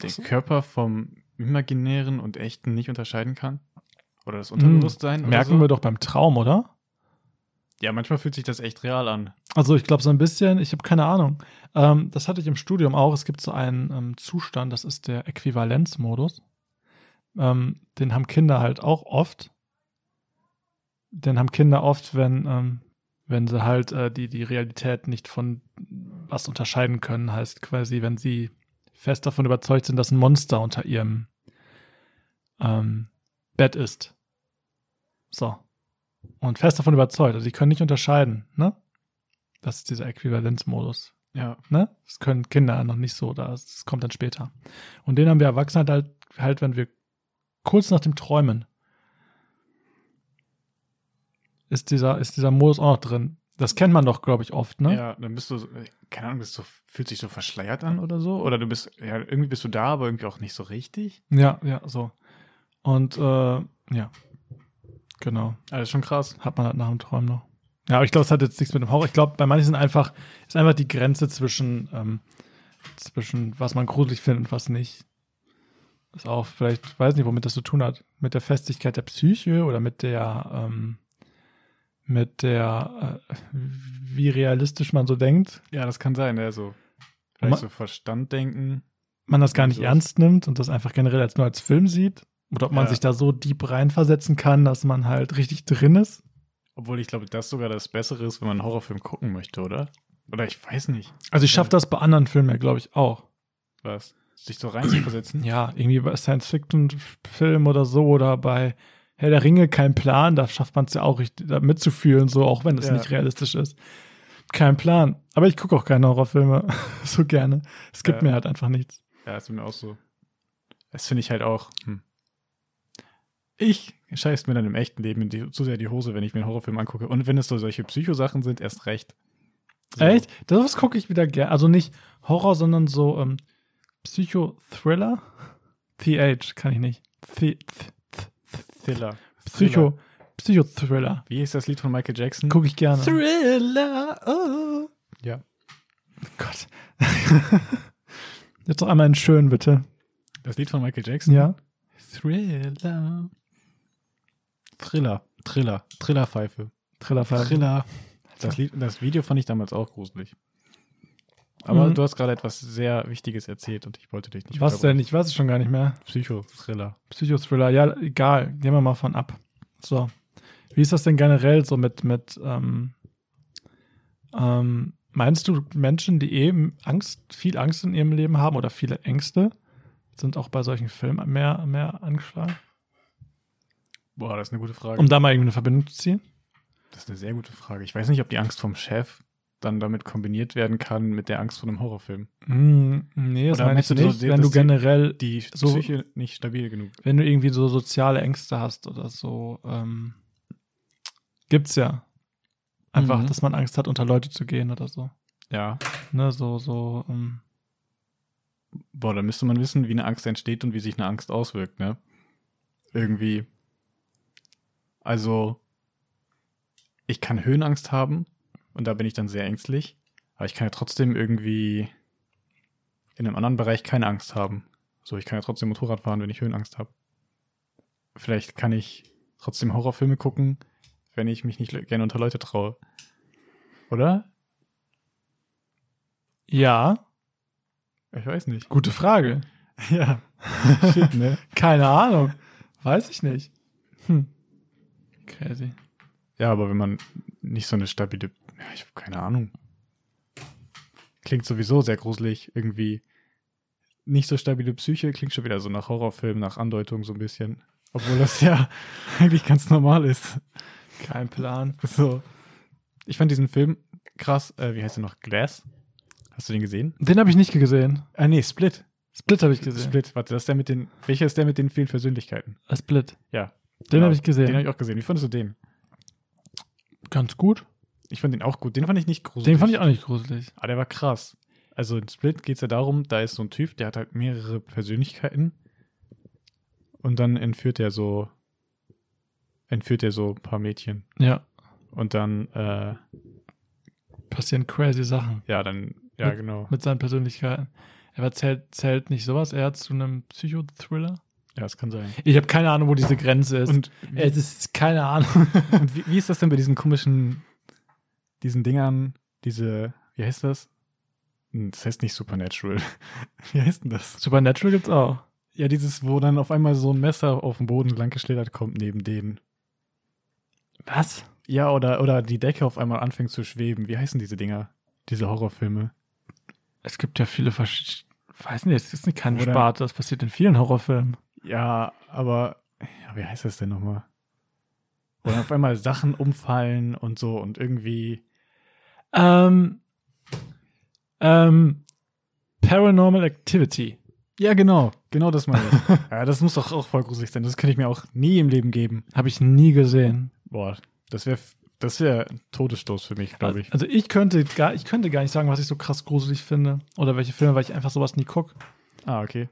A: der
B: Ach so.
A: Körper vom imaginären und echten nicht unterscheiden kann? Oder das Unterbewusstsein? oder
B: Merken
A: so?
B: wir doch beim Traum, oder?
A: Ja, manchmal fühlt sich das echt real an.
B: Also ich glaube so ein bisschen, ich habe keine Ahnung. Ähm, das hatte ich im Studium auch. Es gibt so einen ähm, Zustand, das ist der Äquivalenzmodus. Ähm, den haben Kinder halt auch oft. Den haben Kinder oft, wenn, ähm, wenn sie halt äh, die, die Realität nicht von was unterscheiden können. Heißt quasi, wenn sie fest davon überzeugt sind, dass ein Monster unter ihrem ähm, Bett ist. So. Und fest davon überzeugt. Also sie können nicht unterscheiden, ne? Das ist dieser Äquivalenzmodus.
A: Ja.
B: Ne? Das können Kinder noch nicht so, das kommt dann später. Und den haben wir Erwachsene halt, halt, wenn wir kurz nach dem Träumen ist dieser, ist dieser Modus auch noch drin. Das kennt man doch, glaube ich, oft, ne?
A: Ja, dann bist du, so- äh, keine Ahnung, bist du, fühlt sich so verschleiert an oder so? Oder du bist, ja, irgendwie bist du da, aber irgendwie auch nicht so richtig?
B: Ja, ja, so. Und äh, ja, genau.
A: Also das ist schon krass.
B: Hat man halt nach dem Träumen noch. Ja, aber ich glaube, es hat jetzt nichts mit dem Horror. Ich glaube, bei manchen sind einfach, ist einfach die Grenze zwischen, ähm, zwischen was man gruselig findet und was nicht. Ist auch vielleicht, weiß nicht, womit das zu tun hat. Mit der Festigkeit der Psyche oder mit der, ähm, mit der, äh, wie realistisch man so denkt.
A: Ja, das kann sein, ja, so.
B: Ma-
A: Vielleicht so Verstand denken.
B: Man das gar nicht
A: So.
B: ernst nimmt und das einfach generell als nur als Film sieht. Oder ob man
A: Ja.
B: sich da so deep reinversetzen kann, dass man halt richtig drin ist.
A: Obwohl ich glaube, das sogar das Bessere ist, wenn man einen Horrorfilm gucken möchte, oder? Oder ich weiß nicht.
B: Also ich schaffe
A: Ja.
B: das bei anderen Filmen ja, glaube ich, auch.
A: Was? Sich so reinzuversetzen?
B: ja, irgendwie bei Science-Fiction-Film oder so oder bei Herr der Ringe kein Plan, da schafft man es ja auch richtig, da mitzufühlen, so auch wenn es
A: Ja.
B: nicht realistisch ist. Kein Plan. Aber ich gucke auch keine Horrorfilme so gerne. Es gibt
A: Ja.
B: mir halt einfach nichts.
A: Ja, das ist mir auch so. Das finde ich halt auch. Hm. Ich scheiß mir dann im echten Leben in die, zu sehr die Hose, wenn ich mir einen Horrorfilm angucke. Und wenn es so solche Psychosachen sind, erst recht. So.
B: Echt? Das gucke ich wieder gerne. Also nicht Horror, sondern so ähm, Psychothriller. TH kann ich nicht. Th th th
A: Thriller.
B: Psycho, Psychothriller.
A: Wie ist das Lied von Michael Jackson?
B: Gucke ich gerne.
A: Thriller. Oh. Ja.
B: Gott. Jetzt noch einmal einen schönen, bitte.
A: Das Lied von Michael Jackson?
B: Ja.
A: Thriller. Thriller. Thriller. Thrillerpfeife.
B: Thriller-Fall.
A: Thriller. Das, Lied, das Video fand ich damals auch gruselig. Aber
B: Mhm.
A: du hast gerade etwas sehr Wichtiges erzählt und ich wollte dich nicht
B: Was denn? Ich weiß es schon gar nicht mehr.
A: Psycho-Thriller.
B: Psychothriller, ja, egal. Gehen wir mal von ab. So. Wie ist das denn generell so mit, mit ähm, ähm, meinst du, Menschen, die eben Angst, viel Angst in ihrem Leben haben oder viele Ängste, sind auch bei solchen Filmen mehr, mehr angeschlagen?
A: Boah, das ist eine gute Frage.
B: Um da mal irgendwie eine Verbindung zu ziehen?
A: Das ist eine sehr gute Frage. Ich weiß nicht, ob die Angst vom Chef dann damit kombiniert werden kann mit der Angst vor einem Horrorfim.
B: Hm, nee, das
A: Oder
B: meine
A: meinst
B: ich
A: du,
B: nicht,
A: dass sie-
B: wenn du
A: dass sie-
B: generell
A: Die
B: So-
A: Psyche nicht stabil genug.
B: wenn du irgendwie so soziale Ängste hast oder so, ähm, gibt's ja. Einfach,
A: Mhm.
B: dass man Angst hat, unter Leute zu gehen oder so.
A: Ja.
B: Ne, so, so, ähm,
A: Boah, dann müsste man wissen, wie eine Angst entsteht und wie sich eine Angst auswirkt, ne? Irgendwie. Also, ich kann Höhenangst haben und da bin ich dann sehr ängstlich, aber ich kann ja trotzdem irgendwie in einem anderen Bereich keine Angst haben. So, ich kann ja trotzdem Motorrad fahren, wenn ich Höhenangst habe. Vielleicht kann ich trotzdem Horrorfilme gucken, wenn ich mich nicht le- gerne unter Leute traue. Oder?
B: ja,
A: Ich weiß nicht.
B: gute Frage.
A: Ja. Shit, ne?
B: Keine Ahnung. Weiß ich nicht. Hm. Crazy.
A: Ja, aber wenn man nicht so eine stabile. Ja, ich habe keine Ahnung. Klingt sowieso sehr gruselig. Irgendwie nicht so stabile Psyche klingt schon wieder so nach Horrorfilm, nach Andeutung so ein bisschen. Obwohl das ja eigentlich ganz normal ist.
B: Kein Plan.
A: So. Ich fand diesen Film krass. Äh, wie heißt er noch? Glass? Hast du den gesehen?
B: Den habe ich nicht gesehen.
A: Ah, nee, Split.
B: Split habe ich gesehen.
A: Split. Warte, das ist der mit den. Welcher ist der mit den vielen Persönlichkeiten?
B: Äh, Split.
A: Ja.
B: Den
A: Genau.
B: habe ich
A: Den habe
B: gesehen.
A: ich auch gesehen. Wie fandest du den?
B: Ganz gut.
A: Ich fand den auch gut. Den fand ich nicht gruselig.
B: Den fand ich auch nicht gruselig.
A: Ah, der war krass. Also in Split geht es ja darum, da ist so ein Typ, der hat halt mehrere Persönlichkeiten. Und dann entführt er so, entführt er so ein paar Mädchen.
B: Ja,
A: Und dann, äh,
B: passieren crazy Sachen.
A: ja, dann, ja, genau.
B: mit seinen Persönlichkeiten. Aber zählt, zählt nicht sowas eher zu einem Psychothriller?
A: Ja, das kann sein.
B: Ich habe keine Ahnung, wo diese Grenze ist.
A: Und, wie,
B: es ist keine Ahnung.
A: und wie, wie ist das denn bei diesen komischen, diesen Dingern, diese, wie heißt das? Hm, Das heißt nicht Supernatural. Wie heißt denn das?
B: Supernatural gibt's auch.
A: Ja, dieses, wo dann auf einmal so ein Messer auf den Boden langgeschlittert kommt neben denen.
B: Was?
A: Ja, oder, oder die Decke auf einmal anfängt zu schweben. Wie heißen diese Dinger? Diese Horrorfilme.
B: Es gibt ja viele verschiedene. Weiß nicht, es ist nicht keine
A: Oder-
B: Sparte. Das passiert in vielen Horrorfilmen.
A: Ja, aber ja, wie heißt das denn nochmal? Wo dann auf einmal Sachen umfallen und so und irgendwie.
B: Ähm, ähm, Paranormal Activity.
A: Ja, genau. Genau das meine ich. ja, das muss doch auch voll gruselig sein. Das könnte ich mir auch nie im Leben geben.
B: Habe ich nie gesehen.
A: Boah, das wäre das wär Todesstoß für mich, glaube ich.
B: Also ich könnte, gar, ich könnte gar nicht sagen, was ich so krass gruselig finde. Oder welche Filme, weil ich einfach sowas nie gucke.
A: Ah, okay.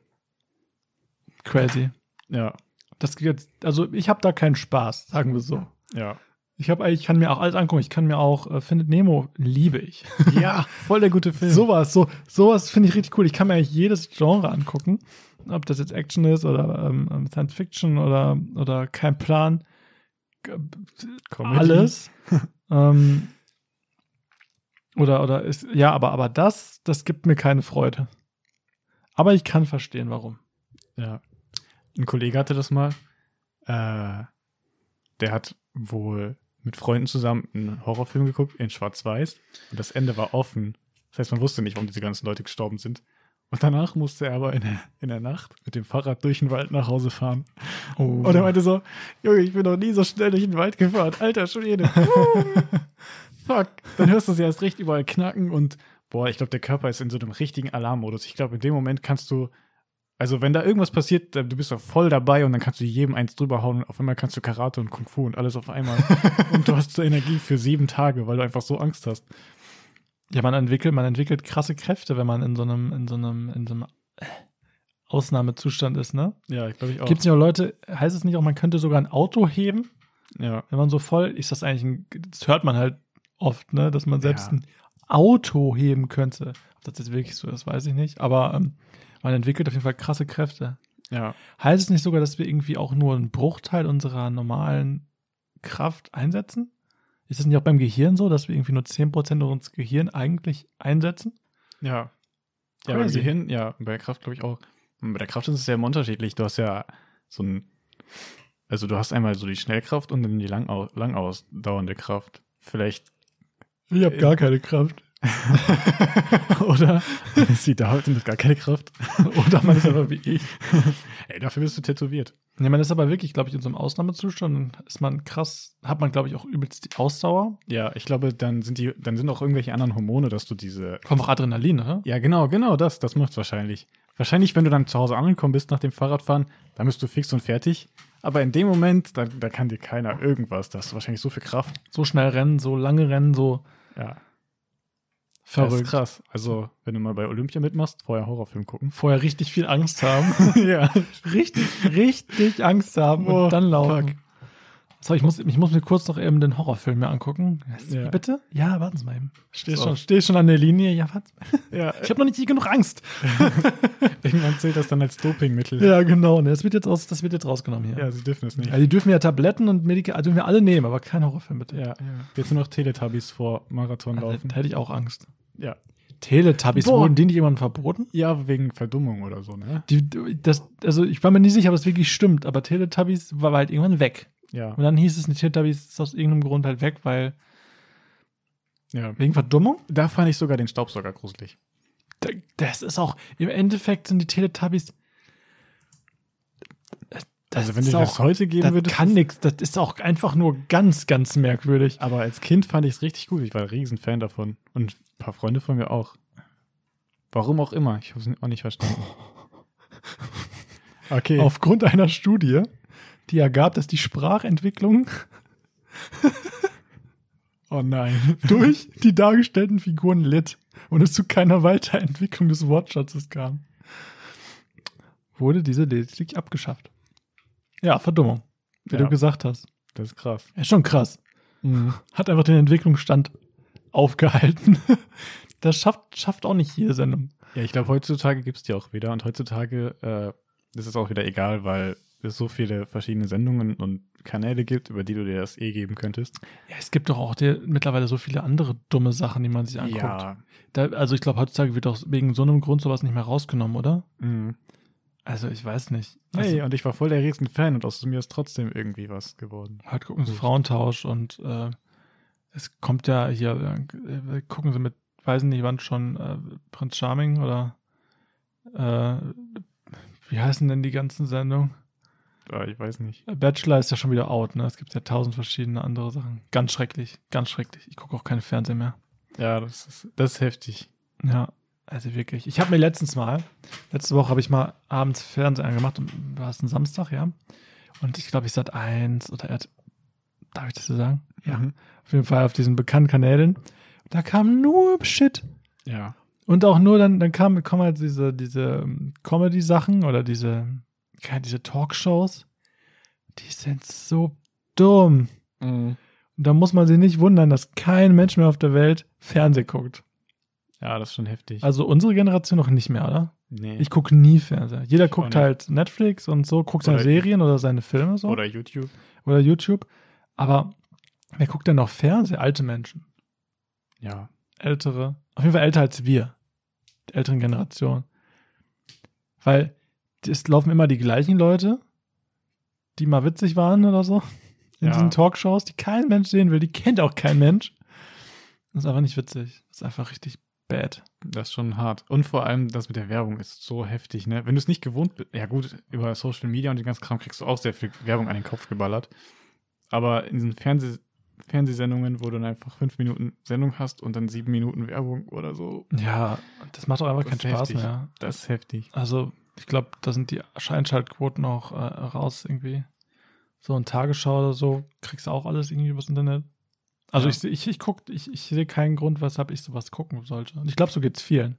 B: Crazy.
A: Ja,
B: Das geht jetzt, also ich habe da keinen Spaß, sagen wir so.
A: ja.
B: Ich habe ich kann mir auch alles angucken. Ich kann mir auch äh, Findet Nemo liebe ich.
A: Ja, voll der gute Film.
B: sowas, so sowas finde ich richtig cool. Ich kann mir eigentlich jedes Genre angucken, ob das jetzt Action ist oder ähm, ähm, Science Fiction oder oder kein Plan. G-
A: Comedy.
B: Alles. ähm, oder oder ist ja, aber aber das das gibt mir keine Freude. Aber ich kann verstehen, warum.
A: Ja. Ein Kollege hatte das mal. Äh, der hat wohl mit Freunden zusammen einen Horrorfilm geguckt, in Schwarz-Weiß. Und das Ende war offen. Das heißt, man wusste nicht, warum diese ganzen Leute gestorben sind. Und danach musste er aber in der, in der Nacht mit dem Fahrrad durch den Wald nach Hause fahren. Und er meinte so, Junge, ich bin noch nie so schnell durch den Wald gefahren. Alter, Schwede. Fuck. Dann hörst du sie erst recht überall knacken und boah, ich glaube, der Körper ist in so einem richtigen Alarmmodus. Ich glaube, in dem Moment kannst du, also wenn da irgendwas passiert, dann- du bist da voll dabei und dann kannst du jedem eins drüber hauen und auf einmal kannst du Karate und Kung Fu und alles auf einmal. und du hast so Energie für sieben Tage, weil du einfach so Angst hast.
B: Ja, man entwickelt, man entwickelt krasse Kräfte, wenn man in so einem, in so einem, in so einem äh, Ausnahmezustand ist, ne?
A: Ja, ich glaube ich auch.
B: Gibt es nicht auch Leute, heißt es nicht auch, man könnte sogar ein Auto heben,
A: ja.
B: wenn man so voll, ist das eigentlich, ein, das hört man halt oft, ne, dass man selbst
A: Ja.
B: ein Auto heben könnte. Ob das jetzt wirklich so ist, weiß ich nicht, aber ähm, man entwickelt auf jeden Fall krasse Kräfte.
A: ja.
B: Heißt es nicht sogar, dass wir irgendwie auch nur einen Bruchteil unserer normalen Kraft einsetzen? Ist es nicht auch beim Gehirn so, dass wir irgendwie nur 10% unseres Gehirn eigentlich einsetzen?
A: Ja. Ja, beim
B: Crazy.
A: Gehirn, ja, und bei der Kraft glaube ich auch. Und bei der Kraft ist es ja immer unterschiedlich. Du hast ja so ein, also du hast einmal so die Schnellkraft und dann die lang, au- lang ausdauernde Kraft. Vielleicht
B: Ich
A: hab gar
B: keine Kraft. Oder?
A: ist die da und hat gar keine Kraft.
B: Oder man ist einfach wie ich.
A: Ey, dafür bist du tätowiert.
B: Ja, man ist aber wirklich, glaube ich, in so einem Ausnahmezustand ist man krass, hat man, glaube ich, auch übelst die Ausdauer.
A: Ja, ich glaube, dann sind die, dann sind auch irgendwelche anderen Hormone, dass du diese.
B: Kommt auch Adrenalin, ne? oder?
A: Ja, genau, genau das, das macht's wahrscheinlich. Wahrscheinlich, wenn du dann zu Hause angekommen bist nach dem Fahrradfahren, dann bist du fix und fertig. Aber in dem Moment, da, da kann dir keiner irgendwas. Da hast du wahrscheinlich so viel Kraft.
B: So schnell rennen, so lange rennen, so
A: Ja. Das ist
B: verrückt.
A: krass. Also, wenn du mal bei Olympia mitmachst, vorher Horrorfilm gucken.
B: Vorher richtig viel Angst haben.
A: ja.
B: richtig, richtig Angst haben
A: Oh,
B: und dann laufen.
A: fuck.
B: So, ich muss, ich muss mir kurz noch eben den Horrorfilm mir angucken. Wie
A: Ja.
B: Bitte? Ja, warten Sie mal eben. Stehst
A: So.
B: schon, steh schon an der Linie. Ja, warten Sie.
A: ja.
B: Ich habe noch nicht genug Angst.
A: Irgendwann zählt das dann als Dopingmittel.
B: Ja, genau. Ne, Das wird jetzt, aus, das wird jetzt rausgenommen hier.
A: Ja, sie dürfen es nicht.
B: Ja, die dürfen ja Tabletten und Medika dürfen wir alle nehmen, aber kein Horrorfilm bitte.
A: Ja. Jetzt nur noch Teletubbies vor Marathon
B: Also,
A: laufen.
B: da hätte ich auch Angst.
A: Ja.
B: Teletubbies,
A: Boah.
B: wurden die nicht jemandem verboten?
A: Ja, wegen Verdummung oder so, ne?
B: Die, das, also ich war mir nicht sicher, ob das wirklich stimmt, aber Teletubbies war halt irgendwann weg.
A: Ja.
B: Und dann hieß es, die Teletubbies ist aus irgendeinem Grund halt weg, weil
A: ja.
B: wegen Verdummung?
A: Da fand ich sogar den Staubsauger gruselig.
B: Da- Das ist auch, im Endeffekt sind die Teletubbies. Das
A: also, wenn du
B: ist
A: dir das
B: auch,
A: heute geben
B: das
A: würdest.
B: kann nix, das ist auch einfach nur ganz, ganz merkwürdig.
A: aber als Kind fand ich es richtig gut. Ich war ein Riesenfan davon. Und ein paar Freunde von mir auch. Warum auch immer. Ich habe es auch nicht verstanden. Okay.
B: Aufgrund einer Studie, die ergab, dass die Sprachentwicklung
A: oh nein.
B: durch die dargestellten Figuren litt und es zu keiner Weiterentwicklung des Wortschatzes kam, wurde diese lediglich abgeschafft. Ja, Verdummung, wie
A: Ja.
B: du gesagt hast.
A: Das ist krass.
B: Ist schon krass.
A: Mhm.
B: Hat einfach den Entwicklungsstand aufgehalten. Das schafft, schafft auch nicht jede Sendung.
A: Ja, ich glaube, heutzutage gibt es die auch wieder. Und heutzutage äh, ist es auch wieder egal, weil es so viele verschiedene Sendungen und Kanäle gibt, über die du dir das eh geben könntest.
B: Ja, es gibt doch auch die, mittlerweile so viele andere dumme Sachen, die man sich anguckt. Da, also ich glaube, heutzutage wird doch wegen so einem Grund sowas nicht mehr rausgenommen, oder?
A: Mhm.
B: Also ich weiß nicht. Also,
A: Hey, und ich war voll der Riesenfan und aus mir ist trotzdem irgendwie was geworden.
B: Heute gucken sie Frauentausch und äh, es kommt ja hier, äh, gucken sie mit, weiß nicht wann schon, äh, Prinz Charming oder äh, wie heißen denn die ganzen Sendungen?
A: Äh, ich weiß nicht.
B: Äh, Bachelor ist ja schon wieder out, ne? Es gibt ja tausend verschiedene andere Sachen. Ganz schrecklich, ganz schrecklich. Ich gucke auch keinen Fernseher mehr.
A: Ja, das ist, das ist heftig.
B: Ja, also wirklich. Ich habe mir letztens mal, letzte Woche habe ich mal abends Fernseher angemacht und war es ein Samstag, ja. Und ich glaube, ich sat eins oder RT darf ich das so sagen?
A: Mhm.
B: Auf jeden Fall auf diesen bekannten Kanälen. Da kam nur Shit.
A: Ja.
B: Und auch nur dann, dann kam, kommen halt diese, diese ähm, Comedy-Sachen oder diese, keine- diese Talkshows. Die sind so dumm. Mhm. Und da muss man sich nicht wundern, dass kein Mensch mehr auf der Welt Fernsehen guckt.
A: Ja, das ist schon heftig.
B: Also unsere Generation noch nicht mehr, oder?
A: nee.
B: Ich gucke nie Fernseher. Jeder
A: Ich auch
B: guckt
A: nicht.
B: halt Netflix und so, guckt seine
A: Oder-
B: Serien oder seine Filme so.
A: Oder YouTube.
B: oder YouTube. Aber wer guckt denn noch Fernseher? Alte Menschen.
A: Ja.
B: ältere, auf jeden Fall älter als wir, der älteren Generation. Weil es laufen immer die gleichen Leute, die mal witzig waren oder so, in
A: Ja.
B: diesen Talkshows, die kein Mensch sehen will, die kennt auch kein Mensch. Das ist einfach nicht witzig. Das ist einfach richtig bad.
A: Das ist schon hart. Und vor allem das mit der Werbung ist so heftig, ne? Wenn du es nicht gewohnt bist, ja gut, über Social Media und den ganzen Kram kriegst du auch sehr viel Werbung an den Kopf geballert. Aber in diesen Fernseh Fernsehsendungen, wo du dann einfach fünf Minuten Sendung hast und dann sieben Minuten Werbung oder so,
B: Ja, das macht doch einfach
A: Das
B: keinen
A: ist
B: Spaß
A: heftig.
B: mehr.
A: das ist heftig.
B: Also, ich glaube, da sind die Scheinschaltquoten auch äh, raus irgendwie. So ein Tagesschau oder so, kriegst du auch alles irgendwie übers Internet. Also
A: Ja.
B: ich, seh- ich, ich guck, ich, ich sehe keinen Grund, weshalb ich sowas gucken sollte. Und ich glaube, so geht's vielen.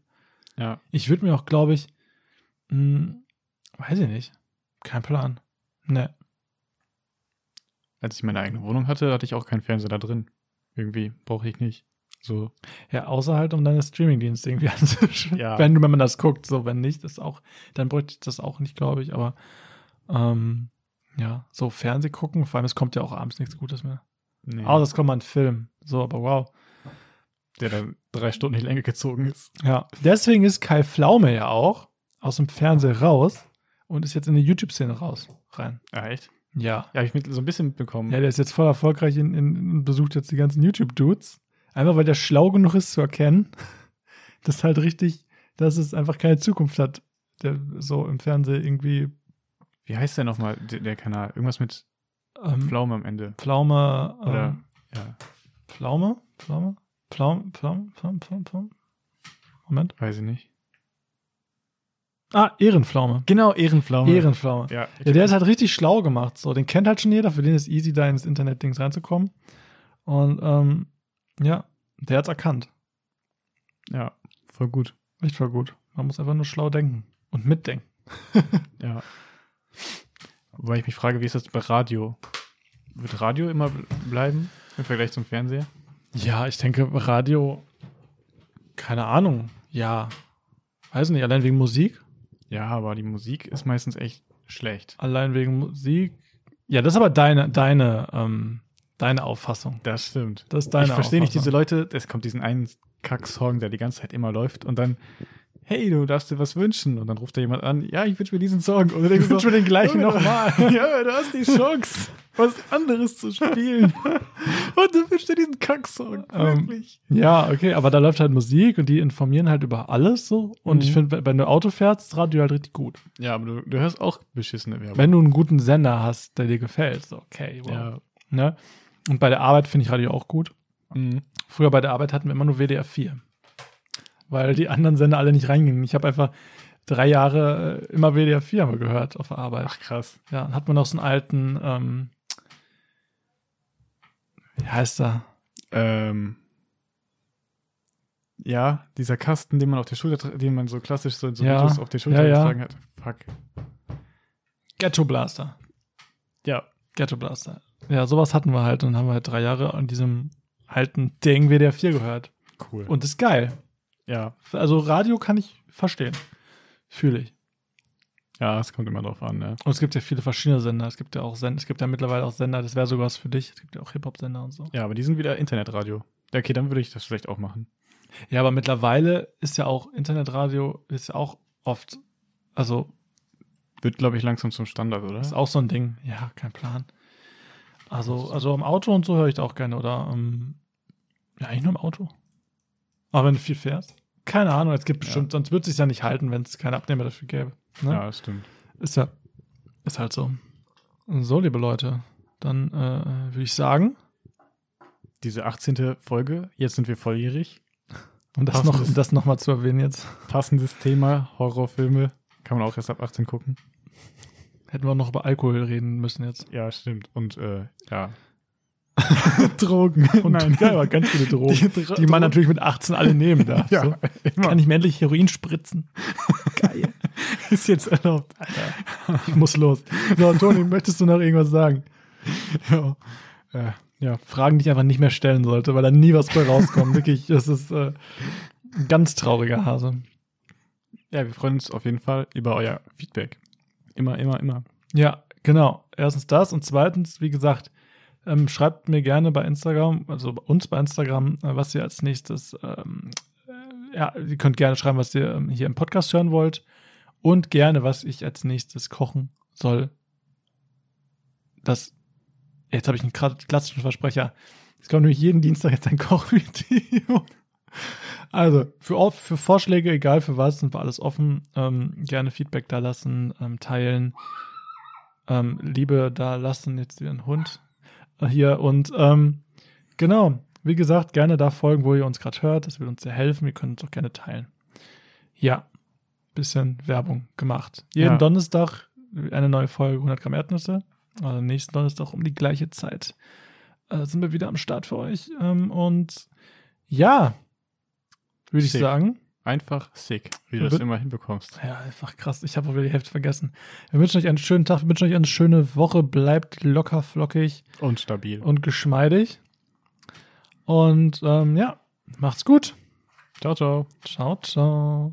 A: Ja.
B: Ich würde mir auch, glaube ich, mh, Weiß ich nicht. Kein Plan. Ne.
A: Als ich meine eigene Wohnung hatte, hatte ich auch keinen Fernseher da drin. Irgendwie brauche ich nicht. So,
B: Ja, außer halt, um deine Streamingdienste irgendwie anzuschauen.
A: Ja.
B: Wenn, wenn man das guckt, so, wenn nicht, das auch, dann bräuchte ich das auch nicht, glaube ich, aber ähm, ja, so Fernseh gucken, vor allem, es kommt ja auch abends nichts Gutes mehr.
A: nee,
B: Außer es kommt mal ein Film. So, aber wow.
A: der dann drei Stunden in die Länge gezogen ist.
B: Ja. Deswegen ist Kai Pflaume ja auch aus dem Fernsehen raus und ist jetzt in die YouTube-Szene raus, rein.
A: Ah, echt?
B: Ja.
A: Ja, habe ich mit, so ein bisschen mitbekommen.
B: Ja, der ist jetzt voll erfolgreich in, in, und besucht jetzt die ganzen YouTube-Dudes. Einfach weil der schlau genug ist zu erkennen, dass halt richtig, dass es einfach keine Zukunft hat, der so im Fernsehen irgendwie
A: Wie heißt der nochmal, der, der Kanal? Irgendwas mit
B: ähm,
A: Pflaume am Ende.
B: Pflaume,
A: Oder-
B: ähm,
A: Ja,
B: Pflaume, Pflaume, Pflaume, Pflaume, Pflaume, Pflaume, Pflaume. Moment.
A: weiß ich nicht.
B: Ah, Ehrenpflaume.
A: Genau, Ehrenpflaume.
B: Ehrenpflaume.
A: Ja, ich
B: Ja, der ist halt richtig schlau gemacht. So, den kennt halt schon jeder. Für den ist easy, da ins Internet-Dings reinzukommen. Und ähm, ja, der hat's erkannt.
A: ja, voll gut.
B: Echt voll gut. Man muss einfach nur schlau denken und mitdenken.
A: Ja. Wobei ich mich frage, wie ist das bei Radio? Wird Radio immer bl- bleiben im Vergleich zum Fernseher?
B: Ja, ich denke, Radio, keine Ahnung. Ja, weiß nicht, allein wegen Musik.
A: Ja, aber die Musik ist meistens echt schlecht.
B: Allein wegen Musik. Ja, das ist aber deine, deine, ähm, deine Auffassung.
A: Das stimmt.
B: Das ist deine
A: ich verstehe nicht diese
B: Auffassung.
A: Leute, es kommt diesen einen Kack-Song, der die ganze Zeit immer läuft und dann, hey, du darfst dir was wünschen. Und dann ruft da jemand an, ja, ich wünsche mir diesen Song. Und dann denkst
B: Ich
A: du
B: wünsche mir den gleichen
A: Junge,
B: nochmal.
A: Ja, du hast die Chance, was anderes zu spielen. Und du wünschst dir diesen Kacksong.
B: Ähm,
A: Wirklich.
B: Ja, okay, aber da läuft halt Musik und die informieren halt über alles so. Und
A: Mhm.
B: ich finde, wenn du Auto fährst, ist Radio halt richtig gut.
A: Ja, aber du, du hörst auch beschissene Werbung.
B: Wenn du einen guten Sender hast, der dir gefällt, so okay, wow.
A: ja.
B: Ne? Und bei der Arbeit finde ich Radio auch gut.
A: Mhm.
B: Früher bei der Arbeit hatten wir immer nur WDR 4. Weil die anderen Sender alle nicht reingingen. Ich habe einfach drei Jahre äh, immer WDR 4 haben wir gehört auf der Arbeit.
A: Ach krass.
B: Ja, dann hat man noch so einen alten, ähm, wie heißt er?
A: Ähm, ja, dieser Kasten, den man auf der Schulter, tra- den man so klassisch so in so
B: Ja.
A: Videos auf der Schulter
B: Ja, ja.
A: getragen hat. Fuck.
B: Ghetto Blaster.
A: Ja.
B: Ghetto Blaster. Ja, sowas hatten wir halt und haben wir halt drei Jahre an diesem alten Ding WDR 4 gehört.
A: Cool.
B: Und ist geil.
A: ja.
B: Also Radio kann ich verstehen. Fühle ich.
A: Ja, es kommt immer drauf an, ne?
B: Und es gibt ja viele verschiedene Sender. Es gibt ja auch Sender, es gibt ja mittlerweile auch Sender, das wäre sogar was für dich. Es gibt ja auch Hip-Hop-Sender und so.
A: Ja, aber die sind wieder Internetradio. Okay, dann würde ich das vielleicht auch machen.
B: Ja, aber mittlerweile ist ja auch Internetradio ist ja auch oft, also
A: Wird, glaube ich, langsam zum Standard, oder?
B: ist auch so ein Ding. Ja, kein Plan. Also, also im Auto und so höre ich da auch gerne oder ähm, ja, eigentlich nur im Auto. Aber wenn du viel fährst. Keine Ahnung, es gibt bestimmt, sonst würde es sich ja nicht halten, wenn es keine Abnehmer dafür gäbe. Ne?
A: Ja, das stimmt.
B: Ist ja, ist halt so. So, liebe Leute, dann äh, würde ich sagen,
A: Diese 18. Folge, jetzt sind wir volljährig.
B: um das,
A: Passt
B: noch,
A: es.
B: um das nochmal zu erwähnen jetzt,
A: passendes Thema, Horrorfilme. Kann man auch erst ab 18 gucken.
B: hätten wir noch über Alkohol reden müssen jetzt.
A: Ja, stimmt. Und äh, ja. Drogen.
B: Und
A: Nein.
B: ja, aber ganz viele Drogen.
A: Die
B: Die,
A: Dro-
B: man
A: Drogen.
B: natürlich mit 18 alle nehmen darf.
A: Ja,
B: so.
A: immer.
B: Kann ich mir endlich Heroin spritzen? Geil.
A: ist jetzt erlaubt.
B: Ich muss los. So, Toni, möchtest du noch irgendwas sagen?
A: Ja. Äh, ja.
B: Fragen, die ich einfach nicht mehr stellen sollte, weil da nie was bei rauskommt. Wirklich, das ist äh, ein ganz trauriger Hase.
A: ja, wir freuen uns auf jeden Fall über euer Feedback. Immer, immer, immer.
B: Ja, genau. Erstens das und zweitens, wie gesagt, ähm, schreibt mir gerne bei Instagram, also bei uns bei Instagram, äh, was ihr als nächstes, ähm, äh, ja, ihr könnt gerne schreiben, was ihr ähm, hier im Podcast hören wollt und gerne, was ich als nächstes kochen soll. Das, jetzt habe ich einen kra- klassischen Versprecher. Es kommt nämlich jeden Dienstag jetzt ein Kochvideo. Also, für, au- für Vorschläge, egal für was, sind wir alles offen. Ähm, gerne Feedback da lassen, ähm, teilen. Ähm, Liebe da lassen, jetzt wieder ein Hund äh, hier. Und ähm, genau, wie gesagt, gerne da folgen, wo ihr uns gerade hört. Das würde uns sehr helfen. Ihr könnt uns auch gerne teilen. Ja, bisschen Werbung gemacht. Jeden
A: Ja.
B: Donnerstag eine neue Folge 100 Gramm Erdnüsse. Also nächsten Donnerstag um die gleiche Zeit äh, sind wir wieder am Start für euch. Ähm, und ja, würde ich
A: Sick.
B: sagen,
A: Einfach sick, wie du
B: Und
A: das
B: wird-
A: immer hinbekommst.
B: Ja, einfach krass. Ich habe auch wieder die Hälfte vergessen. Wir wünschen euch einen schönen Tag, wir wünschen euch eine schöne Woche. Bleibt locker, flockig
A: Und stabil.
B: und geschmeidig. Und ähm, ja, macht's gut.
A: ciao, ciao.
B: Ciao, ciao.